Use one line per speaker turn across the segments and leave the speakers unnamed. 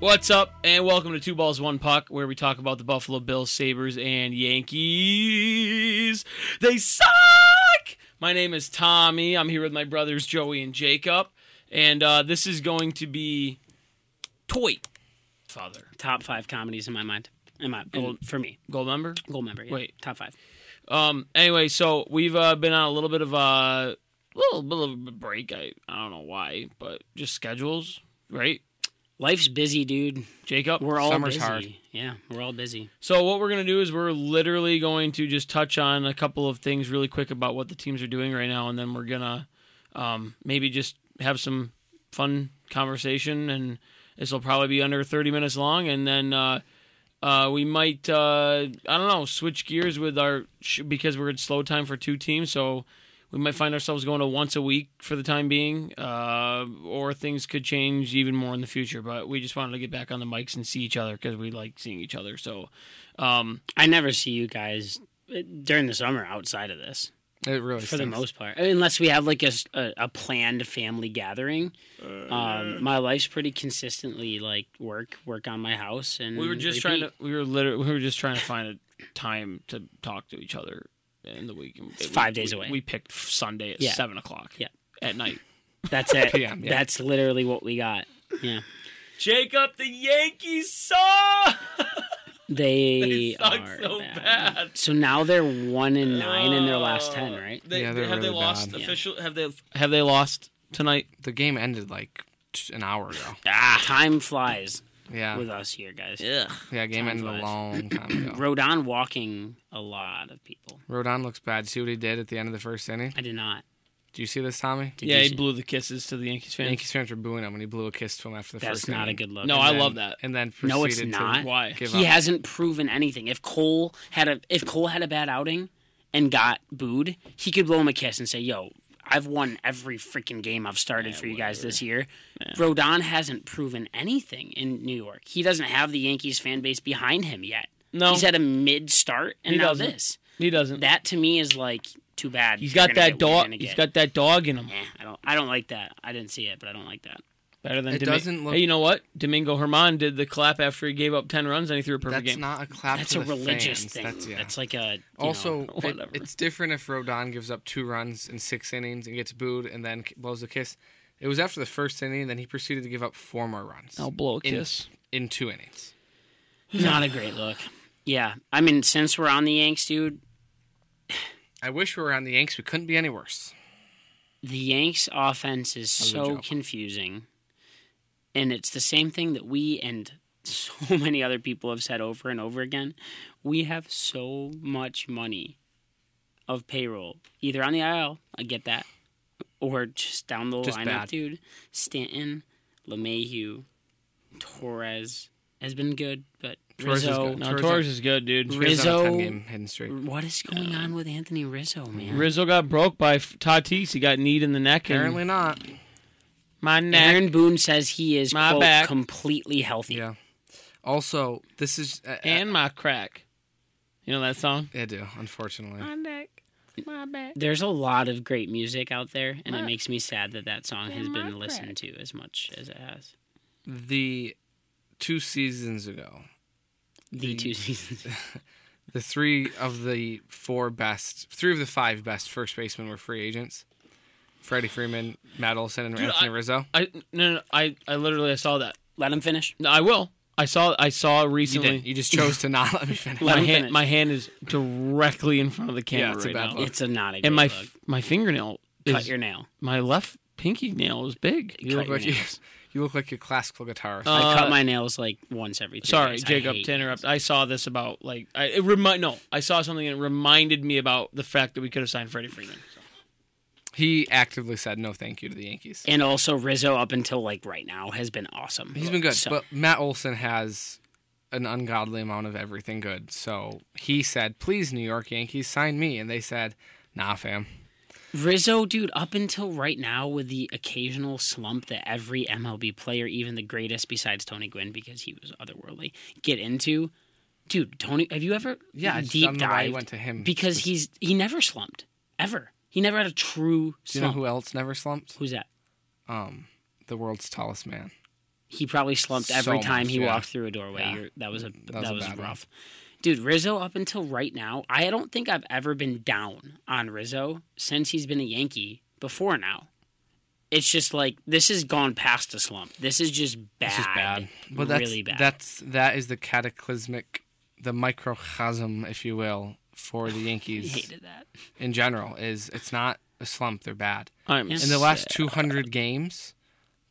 What's up, and welcome to Two Balls One Puck, where we talk about the Buffalo Bills, Sabers, and Yankees. They suck. My name is Tommy. I'm here with my brothers Joey and Jacob, and uh, this is going to be Toy Father
Top five comedies in my mind. In my
Gold-
in- for me,
Gold Member.
gold member. Yeah.
Wait.
top five.
Um. Anyway, so we've uh, been on a little bit of a little bit of a break. I I don't know why, but just schedules, right?
Life's busy, dude.
Jacob,
We're all
Summer's
busy.
hard.
Yeah, we're all busy.
So what we're gonna do is we're literally going to just touch on a couple of things really quick about what the teams are doing right now, and then we're gonna um, maybe just have some fun conversation, and this will probably be under thirty minutes long, and then uh, uh, we might uh, I don't know switch gears with our sh- because we're in slow time for two teams, so we might find ourselves going to once a week for the time being, uh, or things could change even more in the future. But we just wanted to get back on the mics and see each other because we like seeing each other, so. Um,
I never see you guys uh, during the summer outside of this,
It really
for the
stinks.
most part, unless we have like a s- a, a planned family gathering.
Uh,
um, my life's pretty consistently like work, work on my house, and
we were just trying to we were literally we were just trying to find a time to talk to each other in the week. It's
five days away.
We picked Sunday at
Yeah.
seven o'clock.
Yeah.
At night.
That's it.
PM, yeah.
That's literally what we got. Yeah,
Jacob, the Yankees suck.
they,
They suck
are
so
bad.
bad.
So now they're one and nine in their last ten,
Uh,
right?
They,
Yeah, they're
have they
really
lost
bad.
Yeah.
official? Have they have they lost tonight?
The game ended like t- an hour ago.
Time flies with
Yeah,
us here, guys.
Ah. Yeah.
yeah. Game
time
ended
flies.
a long time ago.
Rodon walking a lot of people.
Rodon looks bad. See what he did at the end of the first inning?
I did not.
Do you see this, Tommy?
Did
yeah,
you
he
see-
blew the kisses to the Yankees fans.
Yankees fans were booing him when he blew a kiss to him after the
That's
first.
not a
inning.
good look.
No,
And
I
then
And-
love that.
And then proceeded
No, it's
to
not.
Why?
give
he
up.
hasn't proven anything. If Cole had a if Cole had a bad outing and got booed, he could blow him a kiss and say, "Yo, I've won every freaking game I've started for you guys this year." Rodon hasn't proven anything in New York. He doesn't have the Yankees fan base behind him yet.
No.
he's at a mid start, and
He
now
doesn't.
this.
He doesn't.
That to me is like too bad.
he's
You're
got
gonna
that
get what you're
dog.
gonna
He's
get.
got that dog in him.
Eh, I don't. I don't like that. I didn't see it, but I don't like that.
Better than
It
Domingo.
doesn't look-
Hey, you know what? Domingo Herman did the clap after he gave up ten runs and he threw a perfect
That's
game.
not a clap.
That's
to
a
the
religious
fans.
thing.
That's,
That's,
yeah.
like a you know,
also, it-
whatever.
it's different if Rodon gives up two runs in six innings and gets booed and then k- blows a kiss. It was after the first inning, then he proceeded to give up four more runs.
Oh.
I'll blow a
in-
kiss.
in two innings.
not a great look. Yeah, I mean, since we're on the Yanks, dude,
I wish we were on the Yanks. We couldn't be any worse.
the Yanks' offense is
was a
so
joke.
confusing, and it's the same thing that we and so many other people have said over and over again. We have so much money of payroll, either on the IL, I get that, or just down the
Just
lineup,
bad.
dude. Stanton, LeMahieu, Torres has been good, but
Torres is
Rizzo.
good.
No,
Torres-
Torres is good, dude.
Rizzo-
He was on a 10 game hitting streak.
What is going on with Anthony Rizzo, man?
Rizzo got broke by F- Tatis. He got kneed in the neck. And
Apparently not.
my neck.
Aaron Boone says he is
My
quote,
back.
completely healthy.
Yeah. Also, this is uh,
and my crack. You know that song?
I do. Unfortunately,
neck, my back.
There's a lot of great music out there, and
My-
it makes me sad that that song has
Yeah, my
been listened to as much as it has.
the two seasons ago,
The two seasons.
the three of the four best, three of the five best first basemen were free agents: Freddie Freeman, Matt Olson, and
Dude,
Anthony
I-
Rizzo.
I no, no I I literally I saw that.
Let him finish.
No, I will. I saw I saw
You
recently.
didn't. You just chose to not let me finish.
Let
my
him
hand
finish.
my hand is directly in front of the camera
it's a
right
bad
now.
look.
It's a not a good
And my
look.
f- my fingernail is
Cut your nail.
my left pinky nail is big.
You
Cut
look
your
like you,
nails.
you look like a classical guitarist.
Uh,
I cut my nails like once every. Three
Sorry,
days. I
Jacob,
hate-
to interrupt. I saw this about like I it remind no, I saw something that reminded me about the fact that we could have signed Freddie Freeman.
he actively said no, thank you to the Yankees.
And also Rizzo up until like right now has been awesome.
He's been good,
So,
but Matt Olson has an ungodly amount of everything good. So he said, "Please, New York Yankees, sign me," and they said, "Nah, fam."
Rizzo, dude, up until right now, with the occasional slump that every MLB player, even the greatest besides Tony Gwynn, because he was otherworldly, get into. Dude, Tony, have you ever
Yeah, I just
deep
don't know why I
dived?
went to him.
because he's he never slumped ever. He never had a true
Do you know
slump.
who else never slumped?
Who's that?
Um, the world's tallest man.
He probably slumped
So
every time
much,
he
yeah.
walked through a doorway.
Yeah.
You're- That was a that,
was a
was
bad one.
rough. Dude, Rizzo up until right now, I don't think I've ever been down on Rizzo since he's been a Yankee before now. It's just like this has gone past a slump. This is just bad.
It's just bad. But that's
really bad.
that's that is the cataclysmic, the microchasm, if you will, for the
I
Yankees
hated that.
in general. Is it's not a slump; they're bad.
I'm
Yeah.
In the last 200 games,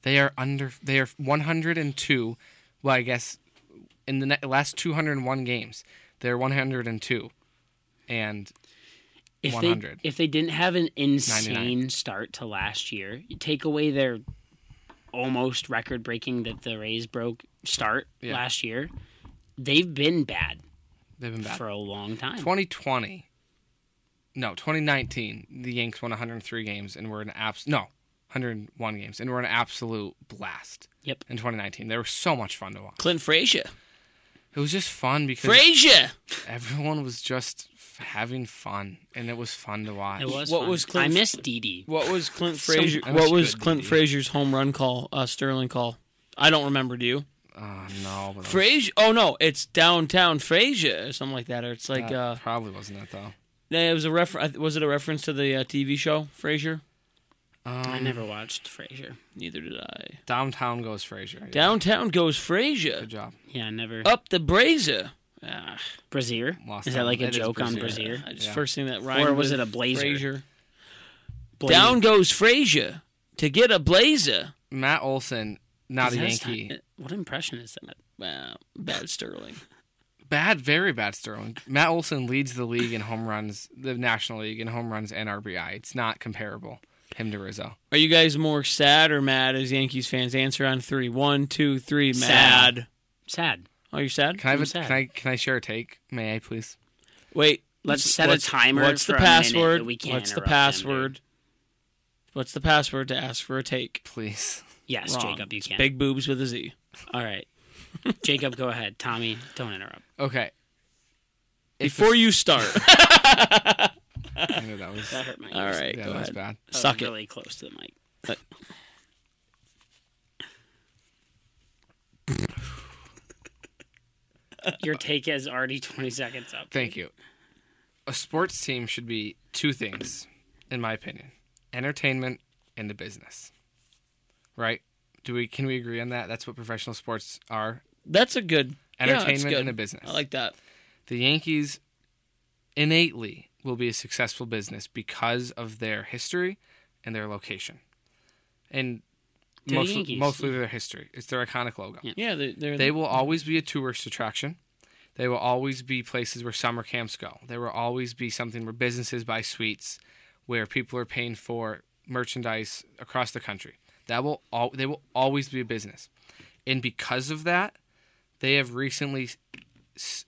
they are under. They are 102. Well, I guess in the ne- last 201 games, they're 102, and
If
100.
they if they didn't have an insane start to last year, you take away their almost record breaking that the Rays broke start
Yeah.
last year, they've been bad,
they've been bad.
for a long time.
2020. No, 2019. The Yanks won 103 games and were an abs. No, 101 games and were an absolute blast.
Yep.
In 2019, they were so much fun to watch.
Clint Frazier.
It was just fun because
Frazier.
everyone was just f- having fun, and it was fun to watch.
It was
What
fun.
was Clint-
I miss DD.
What was Clint
So-
Frazier?
I
what
was
was
good,
Clint
DD.
Frazier's home run call? Uh, Sterling call. I don't remember. Do you?
Oh no, but that was-
Frazier. Oh no, it's downtown Frazier or something like that. Or it's like
that
uh,
probably wasn't it though.
it was a refer- Was it a reference to the uh, TV show Frazier?
I
Um,
never watched Frasier.
Neither did I.
downtown goes Frazier. Yeah,
Downtown goes Frazier.
Good job.
Yeah, I never.
Up the brazier. Ah,
Brazier?
Lost
Is that
on-
like a
it is
joke on
Brazier.
Brazier?
I just
Yeah.
first thing that rhymed.
was
with
it a blazer?
Frazier.
Blazer.
Down goes Frazier to get a blazer.
Matt Olson, not
Is
a
that
Yankee.
Stein- what impression is that?
Wow, bad Sterling.
Bad, very bad Sterling. Matt Olson leads the league in home runs, the National League in home runs and RBI. It's not comparable. Him to Rizzo.
Are you guys more sad or mad as Yankees fans? Answer on three. One, two, three. Mad.
Sad. Sad.
Oh, you're sad.
Can I have
I'm
a,
sad.
can I can I share a take? May I please?
Wait.
Let's set a
what's-
timer
What's
for
the
a minute that
password?
we can't
what's the
interrupt them, dude.
password? what's the password to ask for a take?
Please.
Yes,
Wrong.
Jacob, you can.
Big boobs with a Z.
All right. Jacob, go ahead. Tommy, don't interrupt.
Okay. If
Before you start.
I knew that was,
That hurt my ears.
All right.
yeah,
go
that was
ahead.
bad.
That was
Suck it.
really close to the mic. Your take is already 20 seconds up.
Thank you. A sports team should be two things, in my opinion: entertainment and a business. Right? Do we can we agree on that? That's what professional sports are:
That's a good yeah, that's
entertainment
good.
and a business.
I like that.
the Yankees innately will be a successful business because of their history and their location. And
the
mostly,
Yankees.
mostly their history. It's their iconic logo.
Yeah.
Yeah, they, they're
They will always be a tourist attraction. They will always be places where summer camps go. There will always be something where businesses buy suites, where people are paying for merchandise across the country. That will all they will always be a business, and because of that, they have recently s-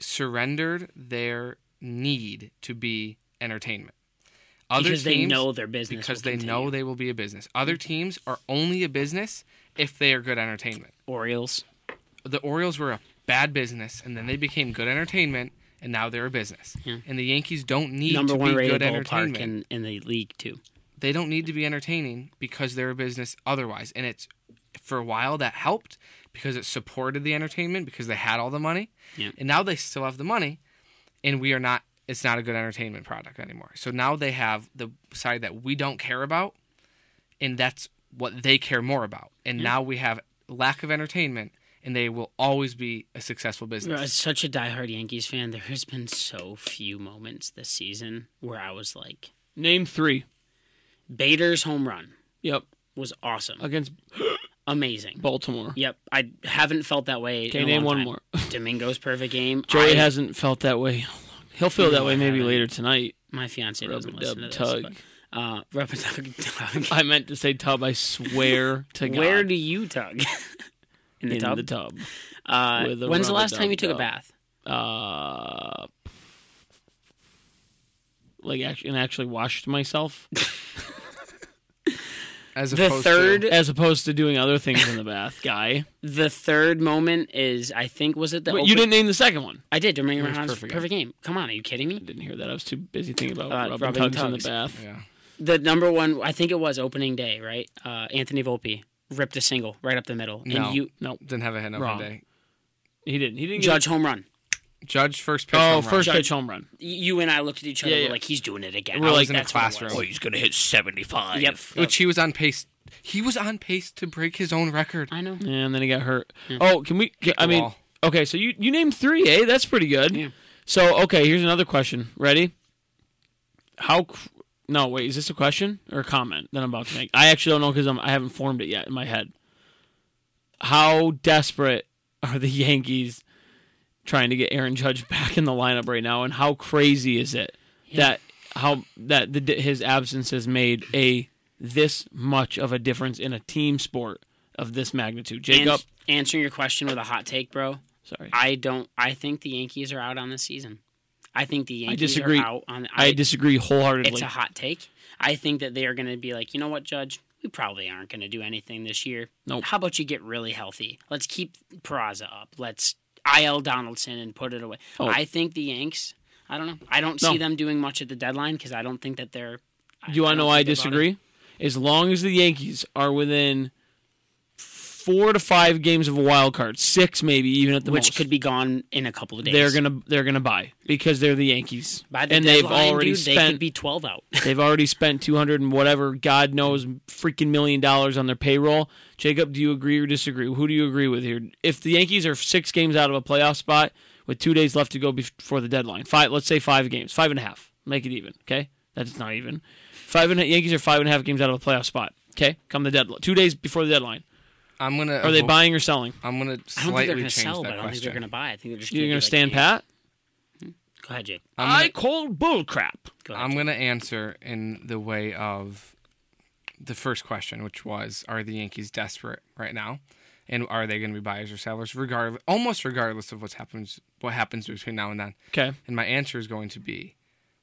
surrendered their need to be entertainment. Other
Because they
teams-
know their business.
because
will
they know they will be a business. Other teams are only a business if they are good entertainment
continue. Orioles.
the Orioles were a bad business, and then they became good entertainment, and now they're a business. And the Yankees don't need
Number
to
one
be
rated
good
ballpark
entertainment.
in, in the league, too.
They don't need to be entertaining because they're a business otherwise. And it's for a while that helped because it supported the entertainment because they had all the money,
Yeah.
and now they still have the money, and we are not. It's not a good entertainment product anymore. So now they have the side that we don't care about, and that's what they care more about. And now we have lack of entertainment, and they will always be a successful business.
As such a diehard Yankees fan, there has been so few moments this season where I was like,
name three.
Bader's home run
Yep.
was awesome.
Against
Amazing.
Baltimore.
Yep, I haven't felt that way.
Okay,
in a
name one
long time.
more.
Domingo's perfect game.
Joey
I-
hasn't felt that way. He'll feel that
No,
way
I
maybe
haven't.
later tonight.
my fiance
Rub a
doesn't listen
dub
to this.
tug.
But, uh, rub a dub tug.
I meant to say tub. I swear to God.
Where do you tug? In the
in
tub.
the tub?
uh,
with a
when's the
rub a
last time you
dub
took a
dub.
bath?
Uh, like actually, and actually washed myself
As
The
opposed
third,
to,
as opposed to doing other things in the bath, guy.
the third moment is I think was it the
But you
open-
didn't name the second one.
I did Domingo
It was
Herman's perfect,
perfect
game. Come on, are you kidding me?
Didn't hear that. I was too busy thinking about
Uh,
rubbing,
rubbing
tugs, in
tugs.
the bath.
yeah,
The number one, I think it was opening day, right? Uh, Anthony Volpe ripped a single right up the middle.
No.
And you
Nope,
Didn't have a hit
Wrong.
on day.
he didn't. He didn't. get-
judge home run.
Judge first pitch.
oh,
home run.
first pitch home run.
Y- You and I looked at each other
Yeah,
we're
yeah.
like he's doing it again.
I
I
was
like
in a
that's what it
classroom.
was.
Oh, he's gonna hit seventy five.
Yep.
Which he was on pace. He was on pace to break his own record.
I know.
Yeah, and then he got hurt. Oh, can we? I
the
mean,
wall.
okay, so you you named three, eh? That's pretty good.
Yeah.
So okay, here's another question. Ready? How? cr- No, wait. Is this a question or a comment that I'm about to make? I actually don't know because I haven't formed it yet in my head. How desperate are the Yankees trying to get Aaron Judge back in the lineup right now, and how crazy is it that how that the, his absence has made a this much of a difference in a team sport of this magnitude?
Ans-
Jacob,
answering your question with a hot take, bro.
sorry,
I don't. I think the Yankees are out on this season. I think the Yankees
disagree.
are out on.
I, disagree wholeheartedly.
It's a hot take. I think that they are going to be like, you know what, Judge? We probably aren't going to do anything this year.
Nope.
How about you get really healthy? Let's keep Peraza up. Let's IL Donaldson and put it away.
Oh.
I think the Yanks. I don't know. I don't
No.
see them doing much at the deadline because I don't think that they're.
Do you want to know
don't
why I
think they're about it.
disagree? As long as the Yankees are within four to five games of a wild card, six maybe even at the
Which
most,
could be gone in a couple of days.
they're gonna they're gonna buy because they're the Yankees,
By the
and
deadline,
they've already
dude, they
spent
could be twelve out.
they've already spent two hundred and whatever God knows freaking million dollars on their payroll. Jacob, do you agree or disagree? Who do you agree with here? If the Yankees are six games out of a playoff spot with two days left to go before the deadline, five let's say five games, five and a half, make it even. Okay, that's not even. Five and a, Yankees are five and a half games out of a playoff spot. Okay, come the deadline, two days before the deadline.
I'm gonna.
Are they buying or selling?
I'm gonna
I don't think they're
slightly
going to
change
sell, but I
that
don't think they're
question.
going to buy. I think they're just.
You're
gonna
gonna stand
be like, "Hey,
pat?
Go ahead, Jake.
I'm gonna-
I call bull crap.
Go ahead.
I'm gonna answer in the way of the first question, which was, are the Yankees desperate right now, and are they gonna be buyers or sellers, regardless, almost regardless of what's happens, what happens between now and then.
Okay,
And my answer is going to be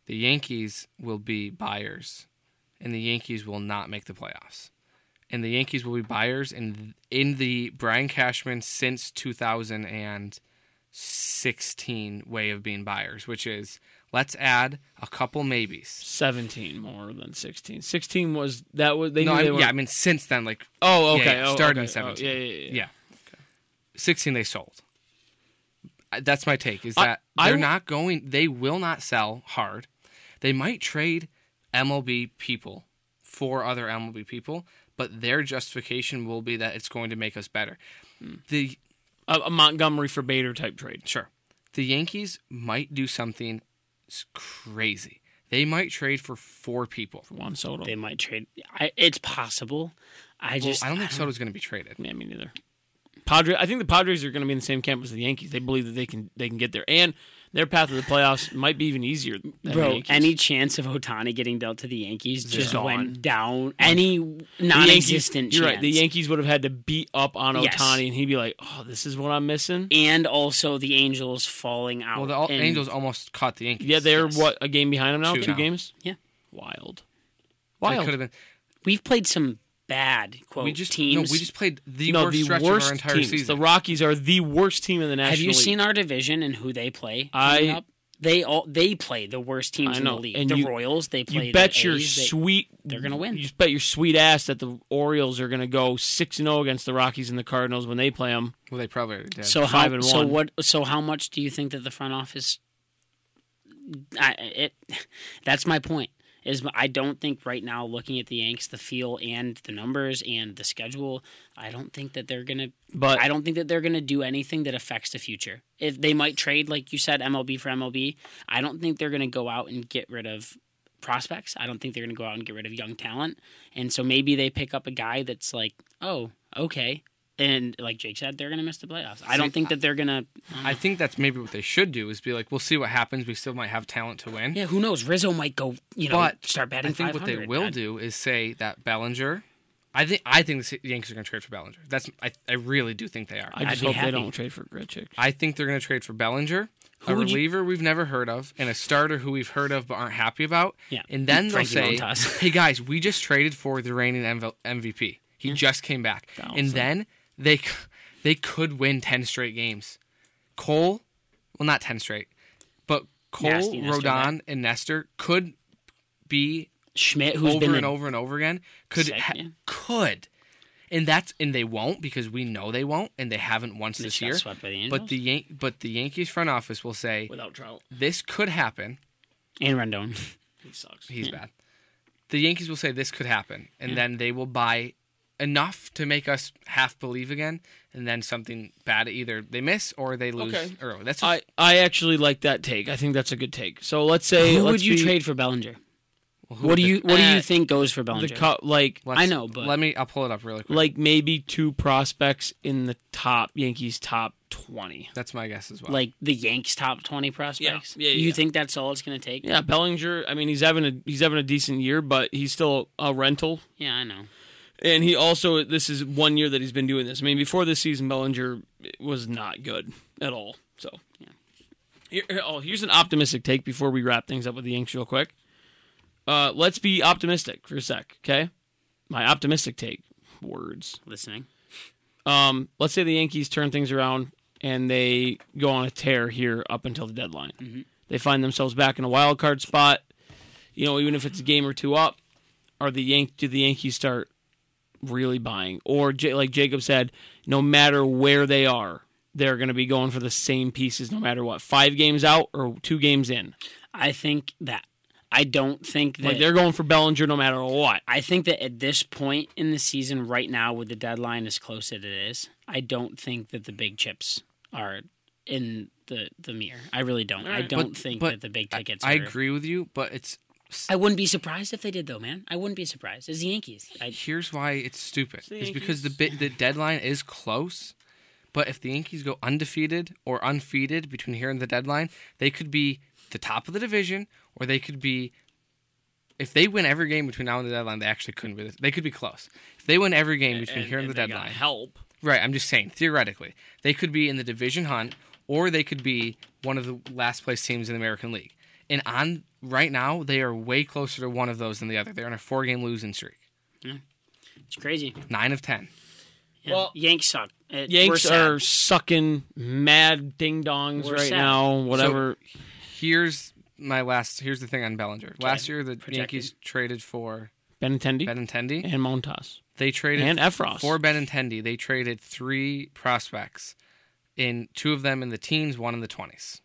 the Yankees will be buyers and the Yankees will not make the playoffs. And the Yankees will be buyers in in the Brian Cashman since 2016 way of being buyers, which is let's add a couple maybes.
seventeen more than sixteen. Sixteen was that was they
No,
knew
I
they
mean,
were.
yeah, I mean since then like
Oh,
Yeah,
okay.
yeah,
Oh,
started
okay.
in 17.
Oh, yeah, yeah, yeah.
yeah. 16 they sold. I- That's my take is
I-
that
I
they're
w-
not going they will not sell hard. They might trade MLB people for other MLB people, but their justification will be that it's going to make us better. The
A, a Montgomery for Bader type trade.
Sure. The Yankees might do something s- crazy. They might trade for four people.
Juan Soto.
they might trade. I, it's possible. I
Well,
just
I don't think Soto's going to be traded.
yeah, me neither. Padre, I think the Padres are going to be in the same camp as the Yankees. They believe that they can they can get there, and their path to the playoffs might be even easier. Than the
Bro,
Yankees.
any chance of Otani getting dealt to the Yankees just
gone.
went down. Any
The
non
Yankees-
existent chance.
You're right. The Yankees would have had to beat up on Otani,
Yes.
and he'd be like, "Oh, this is what I'm missing."
and also the Angels falling out.
Well, the Al-
and-
Angels almost caught the Yankees.
Yeah, they're
Yes.
what a game behind them now.
Two
Two,
now.
games.
Yeah.
Wild.
They could
Wild.
have been
We've played some bad, quote,
we just
teams.
no, we just played the
Oh, no,
worst
the
stretch of
worst
our entire
teams.
season.
The Rockies are the worst team in the National
Have you
League.
seen our division and who they play?
I-
coming up? They all they play the worst teams
I
in the
know,
league.
and
the
you-
Royals, they play.
you bet
the
your
A's, they-
sweet
they're gonna win.
You bet your sweet ass that the Orioles are gonna go six and zero against the Rockies and the Cardinals when they play them.
well, they probably already did.
So
five
how,
and
So
one.
what? So how much do you think that the front office? I, it, that's my point. Is I don't think right now, looking at the Yanks, the feel and the numbers and the schedule, I don't think that they're gonna.
But
I don't think that they're gonna do anything that affects the future. If they might trade, like you said, MLB for MLB, I don't think they're gonna go out and get rid of prospects. I don't think they're gonna go out and get rid of young talent. And so maybe they pick up a guy that's like, oh, okay. And like Jake said, they're gonna miss the playoffs. I don't think that they're gonna.
I think that's maybe what they should do is be like, we'll see what happens. We still might have talent to win.
Yeah, who knows? Rizzo might go. You know,
But
start batting.
I think what they
500.
will
I-
do is say that Bellinger. I think I think the Yankees are going to trade for Bellinger. That's I, I really do think they are.
I
I,
just
be
hope
happy.
they don't trade for Gritchick.
think they're going to trade for Bellinger, a
would you-
reliever we've never heard of, and a starter who we've heard of but aren't happy about.
Yeah.
And then they'll
Frankie
say,
Montas.
"Hey guys, we just traded for the reigning MV- MVP. He just came back." And
Donaldson.
then they c- they could win ten straight games. Cole, well, not ten straight, but Cole,
Nasty Nestor
Rodon, and Nestor could be
Schmidt, who's
over
been
and
a-
over and over again could
Sick,
ha-
yeah.
could and that's and they won't because we know they won't, and they haven't once
They
this
got
year.
swept by the
but
Angels?
the Yan- but the Yankees front office will say
without Trout.
this could happen.
and Rendon.
He sucks.
He's
Hmm.
bad. The Yankees will say this could happen, and then they will buy enough to make us half believe again, and then something bad either they miss or they lose
Okay.
early. That's
I, I actually like that take. I think that's a good take. So let's say
Who
let's
would you
be-
trade for Bellinger?
who
what
would
do
the-
you What do
Uh,
you think goes for Bellinger?
the co- like
let's-
I know, but-
let me. I'll pull it up really quick.
like maybe two prospects in the top Yankees top twenty.
That's my guess as well.
like the Yanks top twenty prospects.
Yeah, yeah,
you
yeah.
think that's all it's going to take?
Yeah, Bellinger. I mean, he's having a he's having a decent year, but he's still a rental.
Yeah, I know.
And he also this is one year that he's been doing this. I mean, before this season, Bellinger was not good at all. So yeah. Here, oh, here's an optimistic take before we wrap things up with the Yanks real quick. Uh, let's be optimistic for a sec, okay? My optimistic take words.
Listening.
Um, let's say the Yankees turn things around and they go on a tear here up until the deadline.
Mm-hmm.
They find themselves back in a wild card spot. You know, even if it's a game or two up, are the Yank do the Yankees start really buying? Or J- like Jacob said, no matter where they are, they're going to be going for the same pieces no matter what. Five games out or two games in,
I think that I don't think that
like they're going for Bellinger no matter what.
I think that at this point in the season, right now, with the deadline as close as it is, I don't think that the big chips are in the the mirror. I really don't. I
Alright.
don't
But-
think
but
that the big
I-
tickets.
I
are-
agree with you, but it's
I wouldn't be surprised if they did, though, man. I wouldn't be surprised. It's the Yankees. I,
here's why it's stupid.
the
It's because the bit the deadline is close, but if the Yankees go undefeated or unfeated between here and the deadline, they could be the top of the division, or they could be. If they win every game between now and the deadline, they actually couldn't be. They could be close. If they win every game between here and, the
they gotta
deadline,
help.
right? I'm just saying theoretically, they could be in the division hunt, or they could be one of the last place teams in the American League. And on right now, they are way closer to one of those than the other. They're on a four-game losing streak,
it's crazy.
nine of ten.
Yeah.
Well-
Yanks suck. It- we're
Yanks
sad.
are sucking mad ding dongs
We're
right
sad.
now. Whatever.
here's my last. Here's the thing on Bellinger. Last year, the
Projected.
Yankees traded for
Benintendi
Benintendi.
and Montas
They traded
and Efros.
for Benintendi. They traded three prospects, in two of them in the teens, one in the twenties,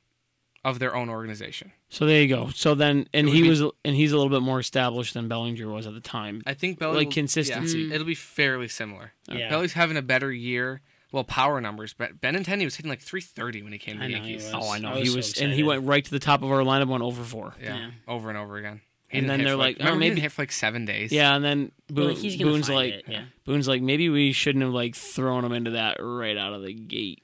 of their own organization.
so there you go. So then, and
It would
he
be-
was, and he's a little bit more established than Bellinger was at the time.
I think Belly
Like
will-
consistency.
yeah, it'll be fairly similar.
Yeah.
Belly's having a better year. Well, power numbers, but Benintendi was hitting like 330 when he came to
I
the
know he
Yankees.
was.
Oh, I know
I was
he
so
was, and he
excited.
went right to the top of our lineup, went over four.
Yeah,
Yeah.
over and over again. He
And
didn't
then
hit
they're
for,
like, oh,
remember he
maybe-
didn't hit for like seven days.
Yeah, and then Boone,
Well, he's gonna
Boone's
find
like,
it, yeah.
Boone's like, maybe we shouldn't have like thrown him into that right out of the gate.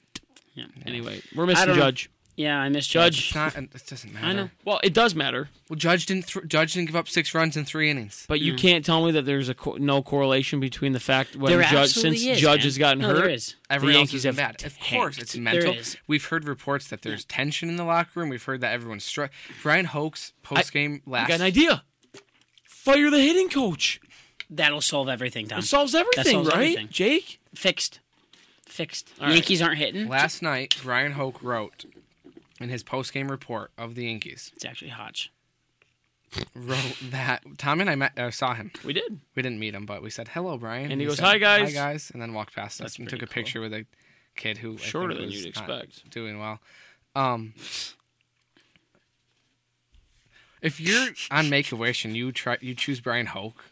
Yeah.
Anyway, we're
I
missing
don't know.
Judge.
Yeah, I miss
Judge.
Judge.
It's not. It doesn't matter.
know.
Well, it does matter,
Well, Judge didn't. Th- Judge didn't give up six runs in three innings.
but you can't tell me that there's a co- no correlation between the fact when
There
Judge
absolutely
since
is,
Judge
man.
has gotten
No,
hurt.
there is.
Everyone
the
else
Yankees
is
have
bad. Of course, it's
tanked.
mental.
is.
We've heard reports that there's tension in the locker room. We've heard that everyone's struck. Brian Hoke's post game
I
last.
got an idea. Fire the hitting coach.
That'll solve everything, Tom.
It solves everything,
solves
right?
everything.
Jake?
Fixed. Fixed.
right.
Yankees aren't hitting.
Last night, Brian Hoke wrote in his post game report of the Yankees
It's actually Hodge.
wrote that Tommy and I met, uh, saw him.
We did.
We didn't meet him, but we said hello, Brian.
And he goes,
said,
"Hi, guys."
hi guys, and then walked past us and took
pretty
a picture with a kid who I
Shorter
think
than
was
you'd
not
expect.
doing well. Um, if you're on Make a Wish and you try, you choose Brian Hoke.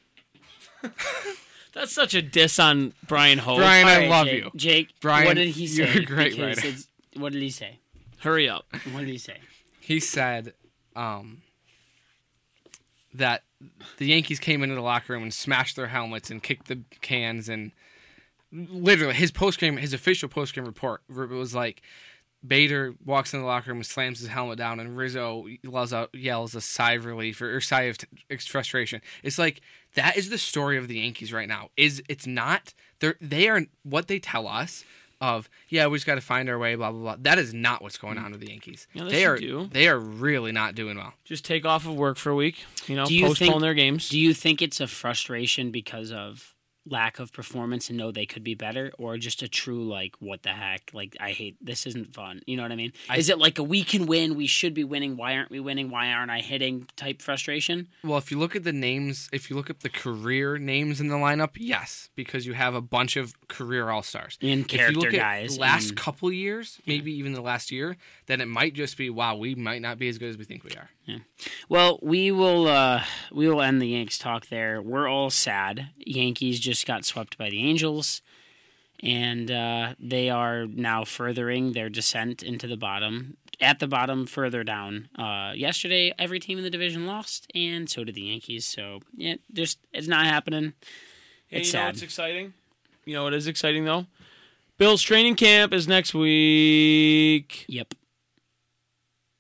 That's such a diss on Brian Hope.
Brian,
All
I
right,
love
Jake,
you.
Jake,
Brian,
what did he say?
you're a great
Because
writer.
it's- What did he say?
Hurry up.
What did he say?
He said um, that the Yankees came into the locker room and smashed their helmets and kicked the cans and literally his post game, his official post game report r- was like. Bader walks in the locker room and slams his helmet down, and Rizzo yells out, yells a sigh of relief or, or sigh of t- ex- frustration. It's like that is the story of the Yankees right now. Is it's not they're they are what they tell us of yeah we just got to find our way blah blah blah. That is not what's going on with the Yankees.
Mm-hmm. Yeah, they
they
should
are
do.
they are really not doing well.
Just take off of work for a week. You know,
Do you
postpone
think-
their games.
Do you think it's a frustration because of lack of performance and know they could be better or just a true like what the heck like i hate this isn't fun you know what i mean
I-
is it like a we can win we should be winning why aren't we winning why aren't i hitting type frustration
Well, if you look at the names, if you look up the career names in the lineup, yes, because you have a bunch of career all stars.
and
If you
character
look
guys
at last
and-
couple years, maybe even the last year, then it might just be wow, we might not be as good as we think we are.
Well, we will uh, we will end the Yanks talk there. We're all sad. Yankees just got swept by the Angels, and uh, they are now furthering their descent into the bottom. At the bottom, further down. Uh, yesterday, every team in the division lost, and so did the Yankees. So yeah, just it's not happening.
And you
It's
know
sad.
what's exciting? You know it is exciting though. Bill's training camp is next week,
Yep.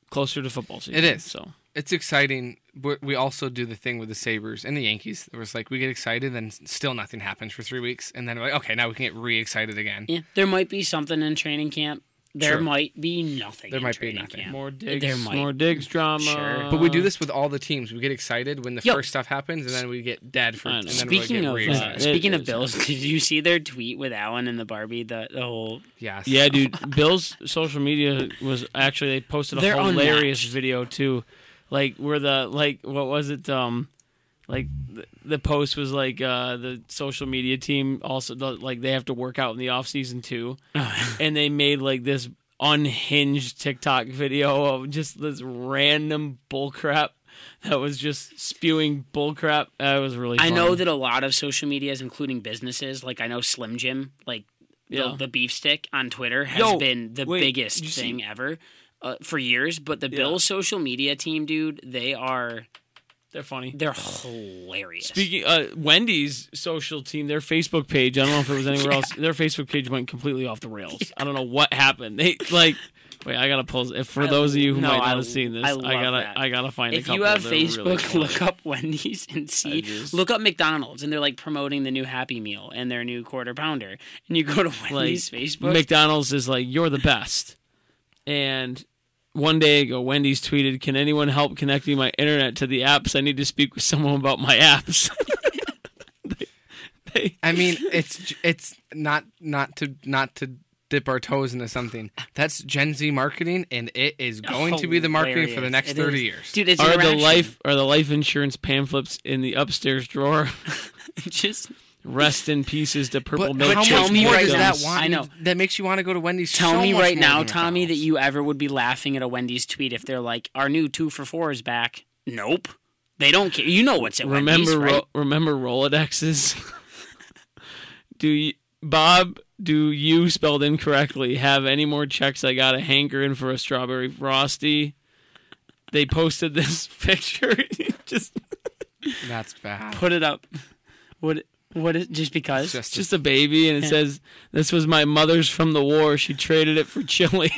closer to football season.
It is.
So
It's exciting, but we also do the thing with the Sabers and the Yankees. It was like we get excited, and still nothing happens for three weeks, and then we're like, okay, now we can get re-excited again.
Yeah, there might be something in training camp. There
Sure.
might be nothing.
There
in
might be
training
nothing.
camp.
more digs,
There might-
more digs drama.
Sure.
But we do this with all the teams. We get excited when the
Yo.
first stuff happens, and then we get dead for.
I know.
And then
Speaking
we
of
get
uh,
it
re-excited.
speaking of
is.
Bills, did you see their tweet with Alan and the Barbie? The the whole
yes,
Yeah, dude. Bill's social media was actually they posted a
They're
hilarious
unmatched.
video too, like where the like what was it um. Like the, the post was like uh, the social media team also the, like they have to work out in the off season too, and they made like this unhinged TikTok video of just this random bullcrap that was just spewing bullcrap. That was really.
I know
funny.
that a lot of social medias, including businesses, like I know Slim Jim, like the,
Yeah.
the beef stick on Twitter has
Yo,
been the
wait,
biggest
you see-
thing ever uh, for years. But the
Yeah.
Bills social media team, dude, they are
they're funny.
they're hilarious.
Speaking, uh, Wendy's social team, their Facebook page. I don't know if it was anywhere else. Their Facebook page went completely off the rails. I don't know what happened. They like, wait, I gotta post it for
I-
those of you who
no,
might not
I-
have seen this.
I
I,
love
gotta,
that.
I gotta find. a
if
couple.
you have
They're really
Facebook,
funny.
look up Wendy's and see.
just-
Look up McDonald's, and they're like promoting the new Happy Meal and their new Quarter Pounder. And you go to Wendy's Facebook.
McDonald's is like, you're the best. And one day ago, Wendy's tweeted, "Can anyone help connecting my internet to the apps? I need to speak with someone about my apps." they, they,
I mean, it's j- it's not not to not to dip our toes into something. That's Gen Z marketing, and it is going to be the marketing for the
Hilarious.
next
It
thirty
is.
years.
dude. It's
are the
interaction.
life are the life insurance pamphlets in the upstairs drawer?
just
Rest in pieces to purple
but,
milk.
but
tell
how much
me
more
right
does
now-
that want?
I know.
that makes you want to go to Wendy's.
Tell
so
me
much
right
more
now,
than
Tommy, that
McDonald's.
you ever would be laughing at a Wendy's tweet if they're like, "Our new two for four is back." Nope, they don't care. You know what's at
remember
Wendy's, right?
Ro- remember Rolodexes. do you, Bob? Do you spelled incorrectly have any more checks? I got a hankering for a strawberry frosty. They posted this picture. just
That's bad.
Put it up. What? What is just because?
It's just,
it's just a baby, and it says, "This was my mother's from the war. She traded it for chili."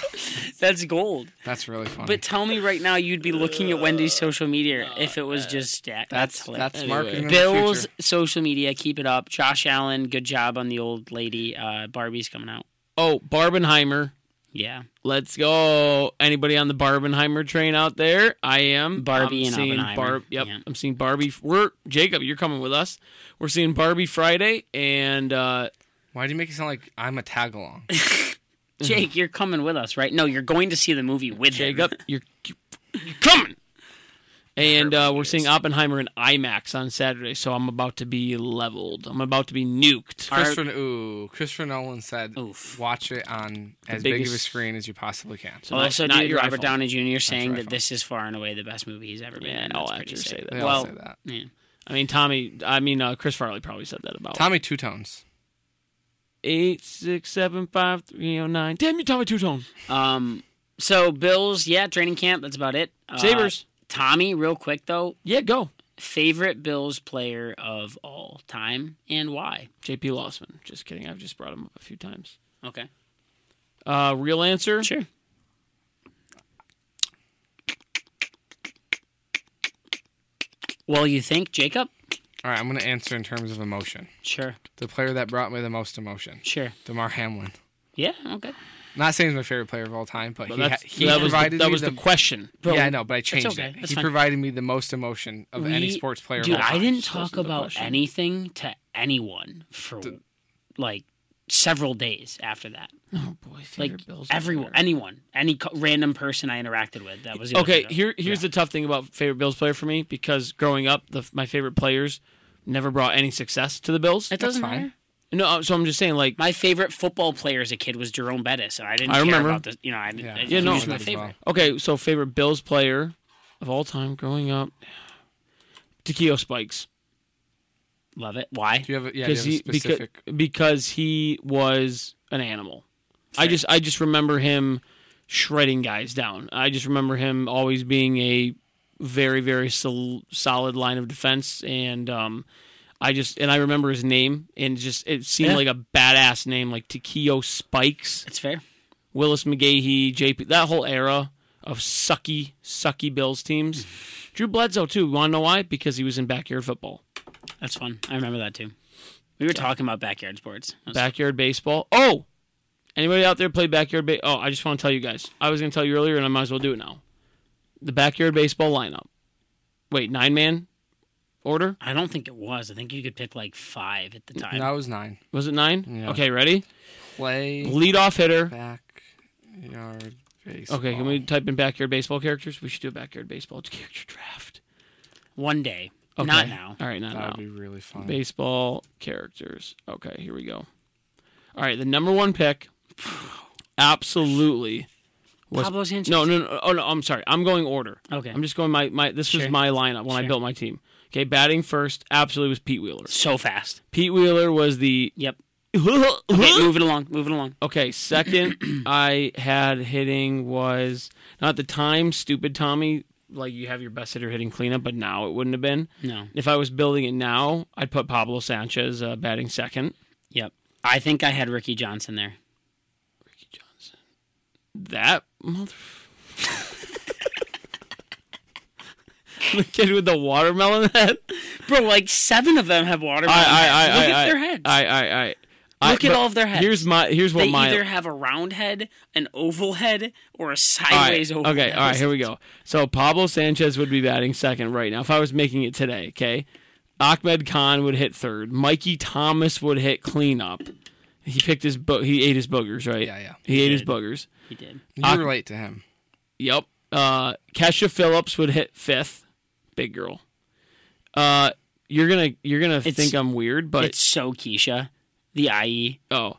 That's gold.
that's really funny.
But tell me right now, you'd be looking at Wendy's social media if it was just Uh, that. That's, hilarious.
that's that's marketing. in the
Bill's
future.
social media. Keep it up, Josh Allen. Good job on the old lady. Uh, Barbie's coming out.
oh, Barbenheimer.
Yeah,
Let's go. Anybody on the Barbenheimer train out there? I am.
Barbie
I'm
and
seeing
Oppenheimer.
Barb. Yep.
Yeah.
I'm seeing Barbie. We're Jacob. You're coming with us. We're seeing Barbie Friday, and uh,
Why do you make it sound like I'm a tag along?
Jake, you're coming with us, right? No, you're going to see the movie with him.
Mm-hmm. Jacob, you're, you're coming. And uh, we're seeing Oppenheimer in IMAX on Saturday, so I'm about to be leveled. I'm about to be nuked.
Our-
Christopher, ooh, Christopher Nolan said,
Oof.
"Watch it on as big of a
biggest-
screen as you possibly can."
So
also,
not, not
Oh, dude,
your
Robert
iPhone.
Downey Jr. saying
your
that
iPhone.
this is far and away the best movie he's ever been
Yeah,
in.
all
That's pretty
actors
sick.
say
They
that.
all
Well,
say that.
yeah.
I mean, Tommy. I mean, uh, Chris Farley probably said that about
Tommy Two Tones.
eight six seven five three zero nine. Damn you, Tommy Two Tone.
Um, so Bills, yeah, training camp. That's about it. Uh,
Sabres.
Tommy, real quick though,
Yeah, go.
favorite Bills player of all time and why?
JP Lossman. Just kidding. I've just brought him up a few times.
Okay,
Uh, real answer.
sure. Well, you think Jacob?
All right, I'm going to answer in terms of emotion.
Sure,
The player that brought me the most emotion,
sure.
Damar Hamlin.
Yeah, okay.
Not saying he's my favorite player of all time, but,
But
he, ha-
that's,
he
that was the,
provided
that
me
was the, question.
Bro,
yeah, I know, but I changed
okay.
it.
That's
he
fine.
provided me the most emotion of any
We-
sports player.
Dude,
of all time.
I didn't
So
talk
that's another
about
question.
anything to anyone for like several days after that.
Oh boy,
Like
favorite Bills.
everyone,
player.
anyone, any co- random person I interacted with that was the
Okay,
underdog.
here here's the tough thing about favorite Bills player for me because growing up, the, my favorite players never brought any success to the Bills.
It doesn't
fine.
matter.
No, uh, so I'm just saying like
My favorite football player as a kid was Jerome Bettis, and I didn't
I
care
remember.
about this. You know, I didn't.
Yeah,
I,
I
he
no,
was
remember
my
that as well.
favorite.
okay, so favorite Bills player of all time growing up, Takio Spikes.
Love it. Why?
Do you have a, yeah, do you have a
he because,
specific?
because he was an animal. I just I just remember him shredding guys down. I just remember him always being a very very sol- solid line of defense and um I just and I remember his name and just it seemed
Yeah.
like a badass name like Takio Spikes,
It's fair.
Willis McGahee, JP that whole era of sucky sucky Bills teams. Drew Bledsoe too. Want to know why? Because he was in backyard football.
That's fun. I remember that too. We were talking about backyard sports. That was-
backyard baseball. Oh, anybody out there play backyard? Ba- oh, I just want to tell you guys. I was going to tell you earlier, and I might as well do it now. The backyard baseball lineup. Wait, nine man order?
I don't think it was. I think you could pick like five at the time.
No, I was nine.
Was it nine?
Yeah.
Okay, ready?
Play
Lead off hitter.
backyard baseball.
Okay, can we type in backyard baseball characters? We should do a backyard baseball character draft.
One day,
Okay.
not now.
All right, not
That would
now.
be really fun.
Baseball characters. Okay, here we go. All right, the number one pick, absolutely. Was,
Pablo Sanchez.
No, no, no. Oh no, I'm sorry. I'm going order.
Okay.
I'm just going my my. This
Sure.
was my lineup when I
Sure.
built my team. Okay, batting first, absolutely was Pete Wheeler.
So fast.
Pete Wheeler was the.
Yep. Okay, moving along. Moving along.
okay, second I had hitting was not at the time stupid Tommy. Like you have your best hitter hitting cleanup, but now it wouldn't have been.
No.
If I was building it now, I'd put Pablo Sanchez uh, batting second.
Yep. I think I had Ricky Johnson there.
Ricky Johnson. That mother. the kid with the watermelon head.
Bro, like seven of them have watermelon. heads. Look at
I,
their heads.
I, I, I.
Look at
but
all of their heads.
Here's my. Here's what
they
my.
either have a round head, an oval head,
all
or a
right,
sideways oval.
okay,
head.
all right, here we go. So Pablo Sanchez would be batting second right now if I was making it today. Okay, Ahmed Khan would hit third. Mikey Thomas would hit cleanup. He picked his bo- He ate his boogers, right?
Yeah, yeah.
He, ate his
did.
boogers.
He did.
You relate to him.
Yep. Uh, Kesha Phillips would hit fifth. Big girl. Uh, you're gonna you're gonna think I'm weird, but
It's so Keisha. The IE.
oh,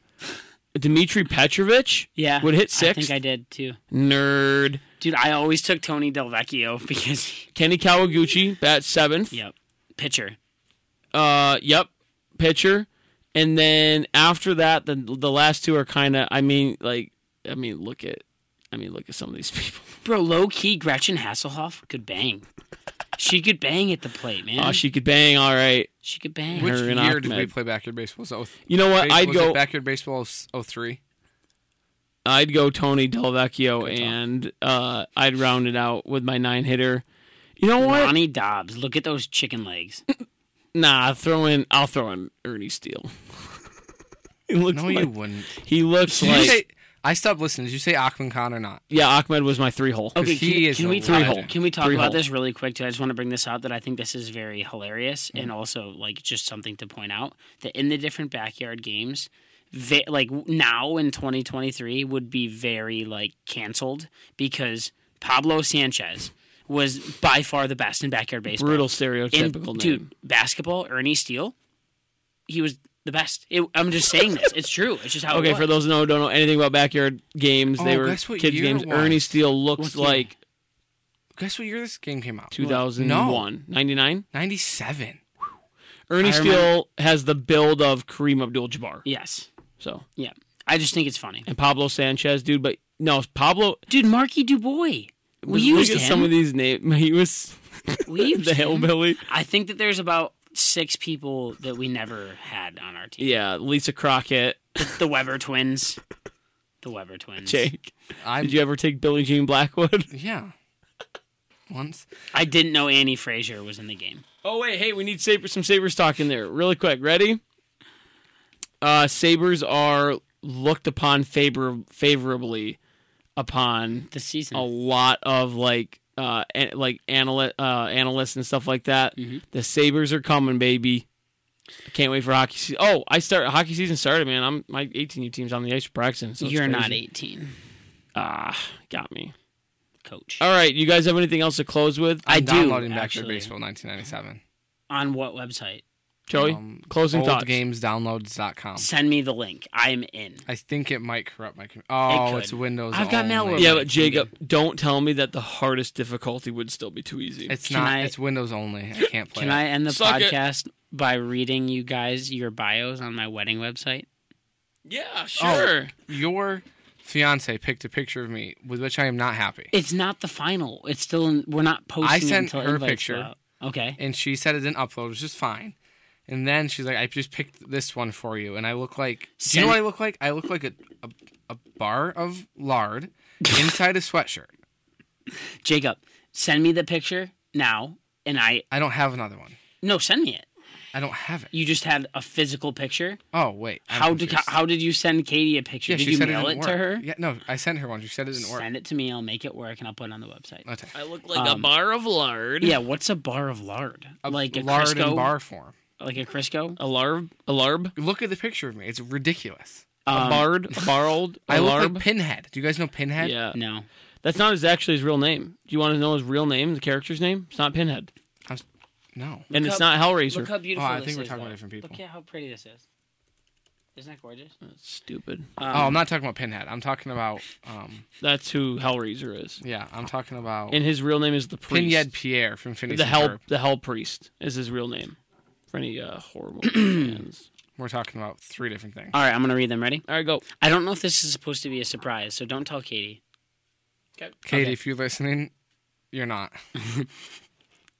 Dmitry Petrovich.
Yeah.
Would hit
I think
sixth.
I did too.
Nerd.
Dude, I always took Tony Delvecchio because.
Kenny Kawaguchi bat seventh.
Yep. Pitcher.
Uh, yep. Pitcher. And then after that, the the last two are kind of. I mean, like, I mean, look at, I mean, look at some of these people.
Bro, low key, Gretchen Hasselhoff could bang. She could bang at the plate, man.
Oh, she could bang. All right.
She could bang.
Which
Her and
year did we
Ahmed.
play backyard baseball? Was it, 03?
You know what?
Base-
I'd
was
go.
it backyard baseball 03?
I'd go Tony Delvecchio, and uh, I'd round it out with my nine hitter. You know what?
Ronnie Dobbs, look at those chicken legs.
Nah, throw in. I'll throw in Ernie Steele. he looks
No,
like
you wouldn't.
he looks
Did you
like
say, I stopped listening. Did you say Ahmed Khan or not?
yeah. Ahmed was my three hole.
Okay,
he
can,
is
can
a
we talk,
legend.
can we talk
Three
about
hole.
this really quick too? I just want to bring this out that I think this is very hilarious
Mm-hmm.
and also like just something to point out that in the different backyard games, ve- like w- now in 2023 would be very like canceled because Pablo Sanchez was by far the best in backyard baseball.
Brutal
And,
stereotypical
dude,
name.
basketball, Ernie Steele, he was the best. It, I'm just saying this. It's true. It's just how.
Okay,
it was.
for those who know, don't know anything about backyard games, they
Oh,
were
guess what
kids
year
games.
it was.
Ernie Steele looks
What year?
like
Guess what year this game came out?
2001, 99.
97.
Ernie
I remember-
Steele has the build of Kareem Abdul-Jabbar.
yes,
So
yeah. I just think it's funny,
and Pablo Sanchez, dude. But no, Pablo.
dude. Marky Dubois. We
look
used
at
him.
some of these names. He was
we used
the
him.
hillbilly.
I think that there's about six people that we never had on our team.
Yeah, Lisa Crockett,
The Weber twins. The Weber twins.
Jake.
I'm,
Did you ever take Billie Jean Blackwood?
Yeah. Once.
I didn't know Annie Frazier was in the game.
Oh wait, hey, we need Sabres, some Sabres talk in there really quick. Ready? Uh, Sabres are looked upon favor favorably upon
this season.
a lot of like uh an, like analy- uh analysts and stuff like that.
Mm-hmm.
The Sabers are coming, baby. I can't wait for hockey season. Oh, I start hockey season started, man. I'm my 18 U team's on the ice for practicing. So it's
You're not
crazy.
18,
Ah, got me.
coach.
All right, you guys have anything else to close with?
I
I'm downloading
do
back
actually.
their baseball 1997.
On what website?
Joey,
Um,
closing thoughts.
Oldgamesdownloads.com.
Send me the link. I'm in.
I think it might corrupt my computer. Oh,
could.
it's Windows.
I've got
only.
malware.
Yeah,
Right,
but Jacob, don't tell me that the hardest difficulty would still be too easy.
It's
Can
not.
I-
it's Windows only. I can't play.
Can
it.
I end the
Suck it.
podcast by reading you guys your bios on my wedding website?
yeah,
Oh,
sure.
your fiance picked a picture of me with which I am not happy,
It's not the final. It's still in, we're not posting. it
sent
until
her
invites
picture.
go out. Okay.
and she said it didn't upload, which is fine. And then she's like, "I just picked this one for you," and I look like. Do you
Send-
know what I look like? I look like a a, a bar of lard inside a sweatshirt.
Jacob, send me the picture now, and I
I don't have another one.
no send me it.
I don't have it.
You just had a physical picture.
Oh wait. I'm
How did
confused.
how did you send Katie a picture?
Yeah,
did
she
you
said
mail
it,
it,
didn't
to
work.
her?
Yeah, no, I sent her one. She said it didn't work.
Send it to me. I'll make it work, and I'll put it on the website.
Okay.
I look like
Um,
a bar of lard.
Yeah, what's a bar of lard?
A
like a
lard
Crisco?
in bar form.
Like a Crisco?
A larb, a larb,
Look at the picture of me. It's ridiculous.
a
Um,
bard, a barld, a
I look
larb.
like Pinhead. Do you guys know Pinhead?
yeah,
No.
that's not his actually his real name. Do you want to know his real name, the character's name? It's not Pinhead,
I was- no.
and
Look
it's
up-
not Hellraiser.
Look how beautiful
Oh, I
this
think we're
is,
talking
though.
about different people.
Look at how pretty this is. Isn't that gorgeous?
That's stupid.
Um,
oh, I'm not talking about Pinhead. I'm talking about um
That's who Hellraiser is,
yeah, I'm talking about
and his real name is the priest.
Pinhead Pierre from Phineas.
the
and
hell,
Ferb.
the hell priest is his real name. For any uh, horror movie fans.
We're talking about three different things.
All right, I'm gonna read them. Ready?
All right, go.
I don't know if this is supposed to be a surprise, so don't tell Katie.
Katie,
okay.
if you're listening, you're not.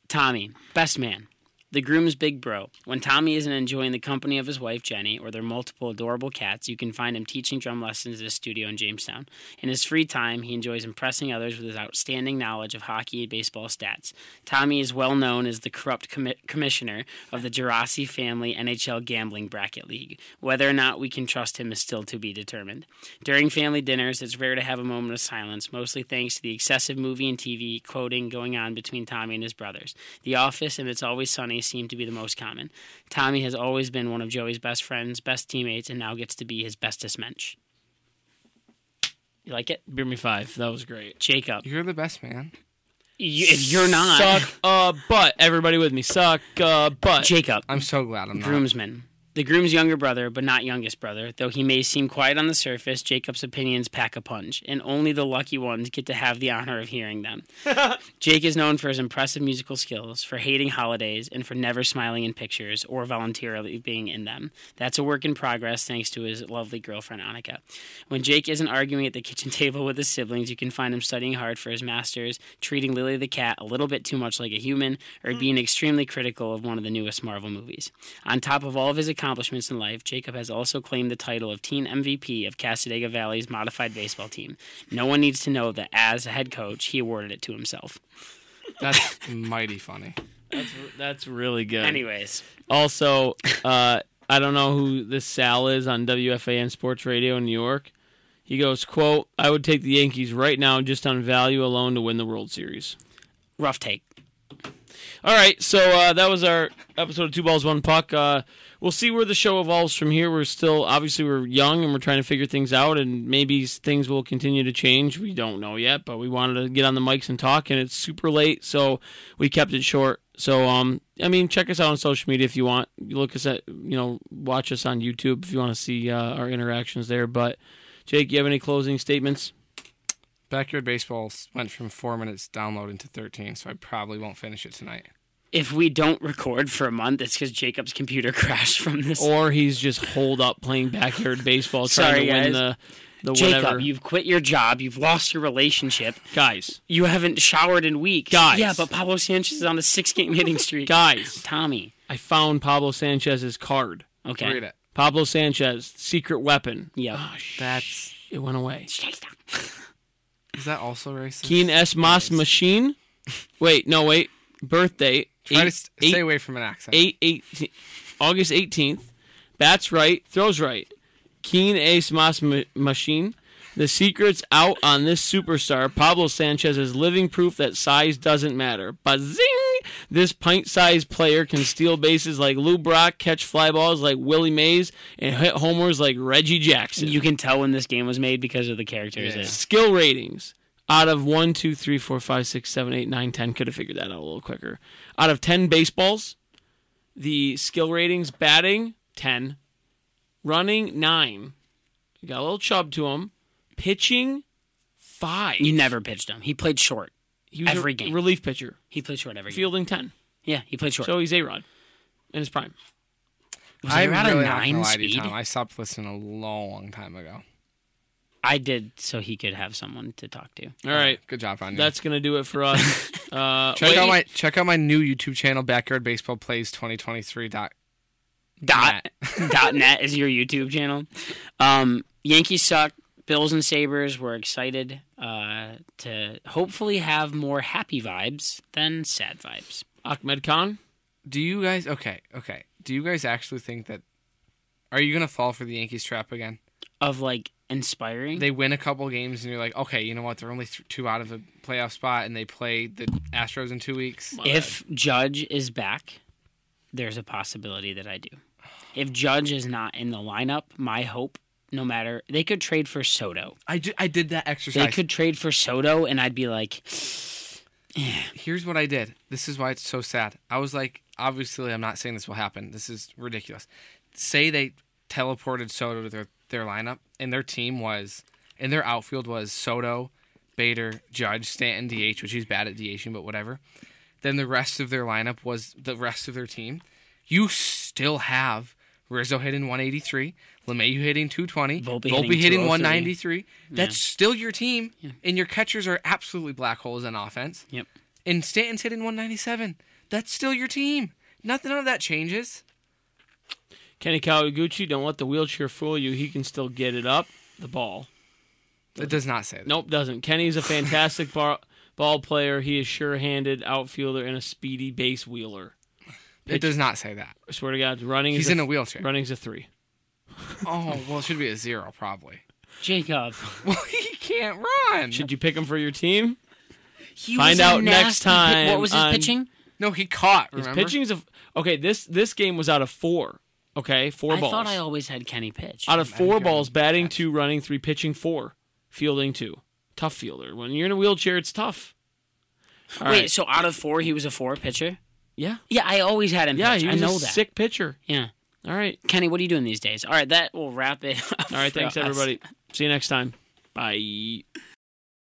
Tommy, best man. The groom's big bro. When Tommy isn't enjoying the company of his wife Jenny or their multiple adorable cats, you can find him teaching drum lessons at a studio in Jamestown. In his free time, he enjoys impressing others with his outstanding knowledge of hockey and baseball stats. Tommy is well known as the corrupt commi- commissioner of the Gerasi family NHL gambling bracket league. Whether or not we can trust him is still to be determined. During family dinners, it's rare to have a moment of silence, mostly thanks to the excessive movie and TV quoting going on between Tommy and his brothers. The Office and It's Always Sunny seem to be the most common. Tommy has always been one of Joey's best friends, best teammates, and now gets to be his bestest mensch. You like it?
Beer me five. That was great.
Jacob.
You're the best man.
You, if you're not.
Suck a butt. Everybody with me. Suck a butt.
Jacob.
I'm so glad I'm not.
Groomsman. The groom's younger brother, but not youngest brother, though he may seem quiet on the surface, Jacob's opinions pack a punch, and only the lucky ones get to have the honor of hearing them. Jake is known for his impressive musical skills, for hating holidays, and for never smiling in pictures or voluntarily being in them. That's a work in progress thanks to his lovely girlfriend, Annika. When Jake isn't arguing at the kitchen table with his siblings, you can find him studying hard for his masters, treating Lily the cat a little bit too much like a human, or
Mm.
being extremely critical of one of the newest Marvel movies. On top of all of his accomplishments in life, Jacob has also claimed the title of Teen MVP of Casadega Valley's modified baseball team. No one needs to know that as a head coach, he awarded it to himself.
That's mighty funny.
That's, that's really good.
Anyways,
Also, uh, I don't know who this Sal is on WFAN Sports Radio in New York. He goes, quote, I would take the Yankees right now just on value alone to win the World Series.
rough take.
All right, so uh, that was our episode of Two Balls One Puck. Uh, we'll see where the show evolves from here. We're still obviously we're young and we're trying to figure things out, and maybe s- things will continue to change. We don't know yet, but we wanted to get on the mics and talk, and it's super late, so we kept it short. So, um, I mean, check us out on social media if you want. You Look us at you know, watch us on YouTube if you want to see uh, our interactions there. But Jake, you have any closing statements?
Backyard baseball s- went from four minutes downloading to 13, so I probably won't finish it tonight.
If we don't record for a month, it's because Jacob's computer crashed from this.
Or he's just holed up playing backyard baseball, trying
Sorry,
to win
guys.
the the
Jacob,
whatever.
you've quit your job. You've lost your relationship.
guys,
You haven't showered in weeks.
Guys.
Yeah, but Pablo Sanchez is on a six game hitting streak.
guys,
Tommy.
I found Pablo Sanchez's card.
Okay.
Read it.
Pablo Sanchez, secret weapon.
Yeah.
That's
It went away.
is that also racist?
Keen S. Mas Machine. Wait, no, wait. Birthday.
Try to
eight-
s-
eight-
stay away from an accent.
eight- eighteen- August 18th. Bats right, throws right. Keen Ace Mas Ma- Machine. The secret's out on this superstar. Pablo Sanchez is living proof that size doesn't matter. But zing! This pint-sized player can steal bases like Lou Brock, catch fly balls like Willie Mays, and hit homers like Reggie Jackson.
You can tell when this game was made because of the characters.
Yeah.
in it.
Skill ratings. Out of one, two, three, four, five, six, seven, eight, nine, ten. Could have figured that out a little quicker. Out of 10 baseballs, the skill ratings batting, 10. Running, 9. You got a little chub to him. Pitching, 5.
You never pitched him. He played short.
he was
every
a
game.
relief pitcher.
He played short every
Fielding, 10.
game. Yeah, he played short.
So he's A-Rod in his prime.
was he around a
not gonna
nine
lie to you,
speed?
Tom. I stopped listening a long time ago.
I did so he could have someone to talk to.
All right.
Good job, Anya.
That's going to do it for us. Uh,
check out
wait.
my check out my new YouTube channel, Backyard Baseball Plays 2023. Dot.
dot dot net is your YouTube channel. Um, Yankees suck. Bills and Sabers. We're excited uh, to hopefully have more happy vibes than sad vibes.
Ahmed Khan.
Do you guys? Okay, okay. Do you guys actually think that? Are you gonna fall for the Yankees trap again?
Of like inspiring.
They win a couple games and you're like, okay, you know what? They're only th- two out of a playoff spot, and they play the Astros in two weeks.
if Judge is back, there's a possibility that I do. If Judge is not in the lineup, my hope, no matter they could trade for Soto.
I, ju- I did that exercise.
They could trade for Soto, and I'd be like,
here's what I did. This is why it's so sad. I was like, obviously, I'm not saying this will happen. This is ridiculous. Say they teleported Soto to their, their lineup, and their team was, and their outfield was Soto, Bader, Judge, Stanton, DH, which he's bad at DHing, but whatever. Then the rest of their lineup was the rest of their team. You still have Rizzo hitting 183, LeMayu hitting 220,
Volpe
Volpe,
hitting
hitting,
203.
193. That's still your team, and your catchers are absolutely black holes in offense
"Yep,
and Stanton's hitting 197. That's still your team. Nothing of that changes.
Kenny Kawaguchi, don't let the wheelchair fool you. He can still get it up the ball.
It does not say that.
Nope, doesn't. Kenny's a fantastic bar- ball player. He is sure-handed outfielder and a speedy base wheeler.
It does not say that.
I swear to God, running.
He's
is
in a wheelchair.
Running's a three.
Oh, well, it should be a zero, probably.
Jacob."
Well, he can't run.
Should you pick him for your team?
He
Find
a
out next
nasty pi-
time
What was his
on-
pitching?
No, he caught,
His
remember?
pitching's a okay. This this game was out of four. Okay, four
I
balls.
thought I always had Kenny pitch.
out of four
hearing
balls, batting two, running three, pitching four, fielding two. Tough fielder. When you're in a wheelchair, it's tough. All
Wait,
right.
so out of four, he was a four pitcher.
yeah,
Yeah, I always had him.
yeah.
pitch.
He
I
was
know
a
that.
sick pitcher.
Yeah,
All right.
Kenny, what are you doing these days? All right, that will wrap it. Up
All right,
for
thanks
us.
everybody. See you next time. Bye.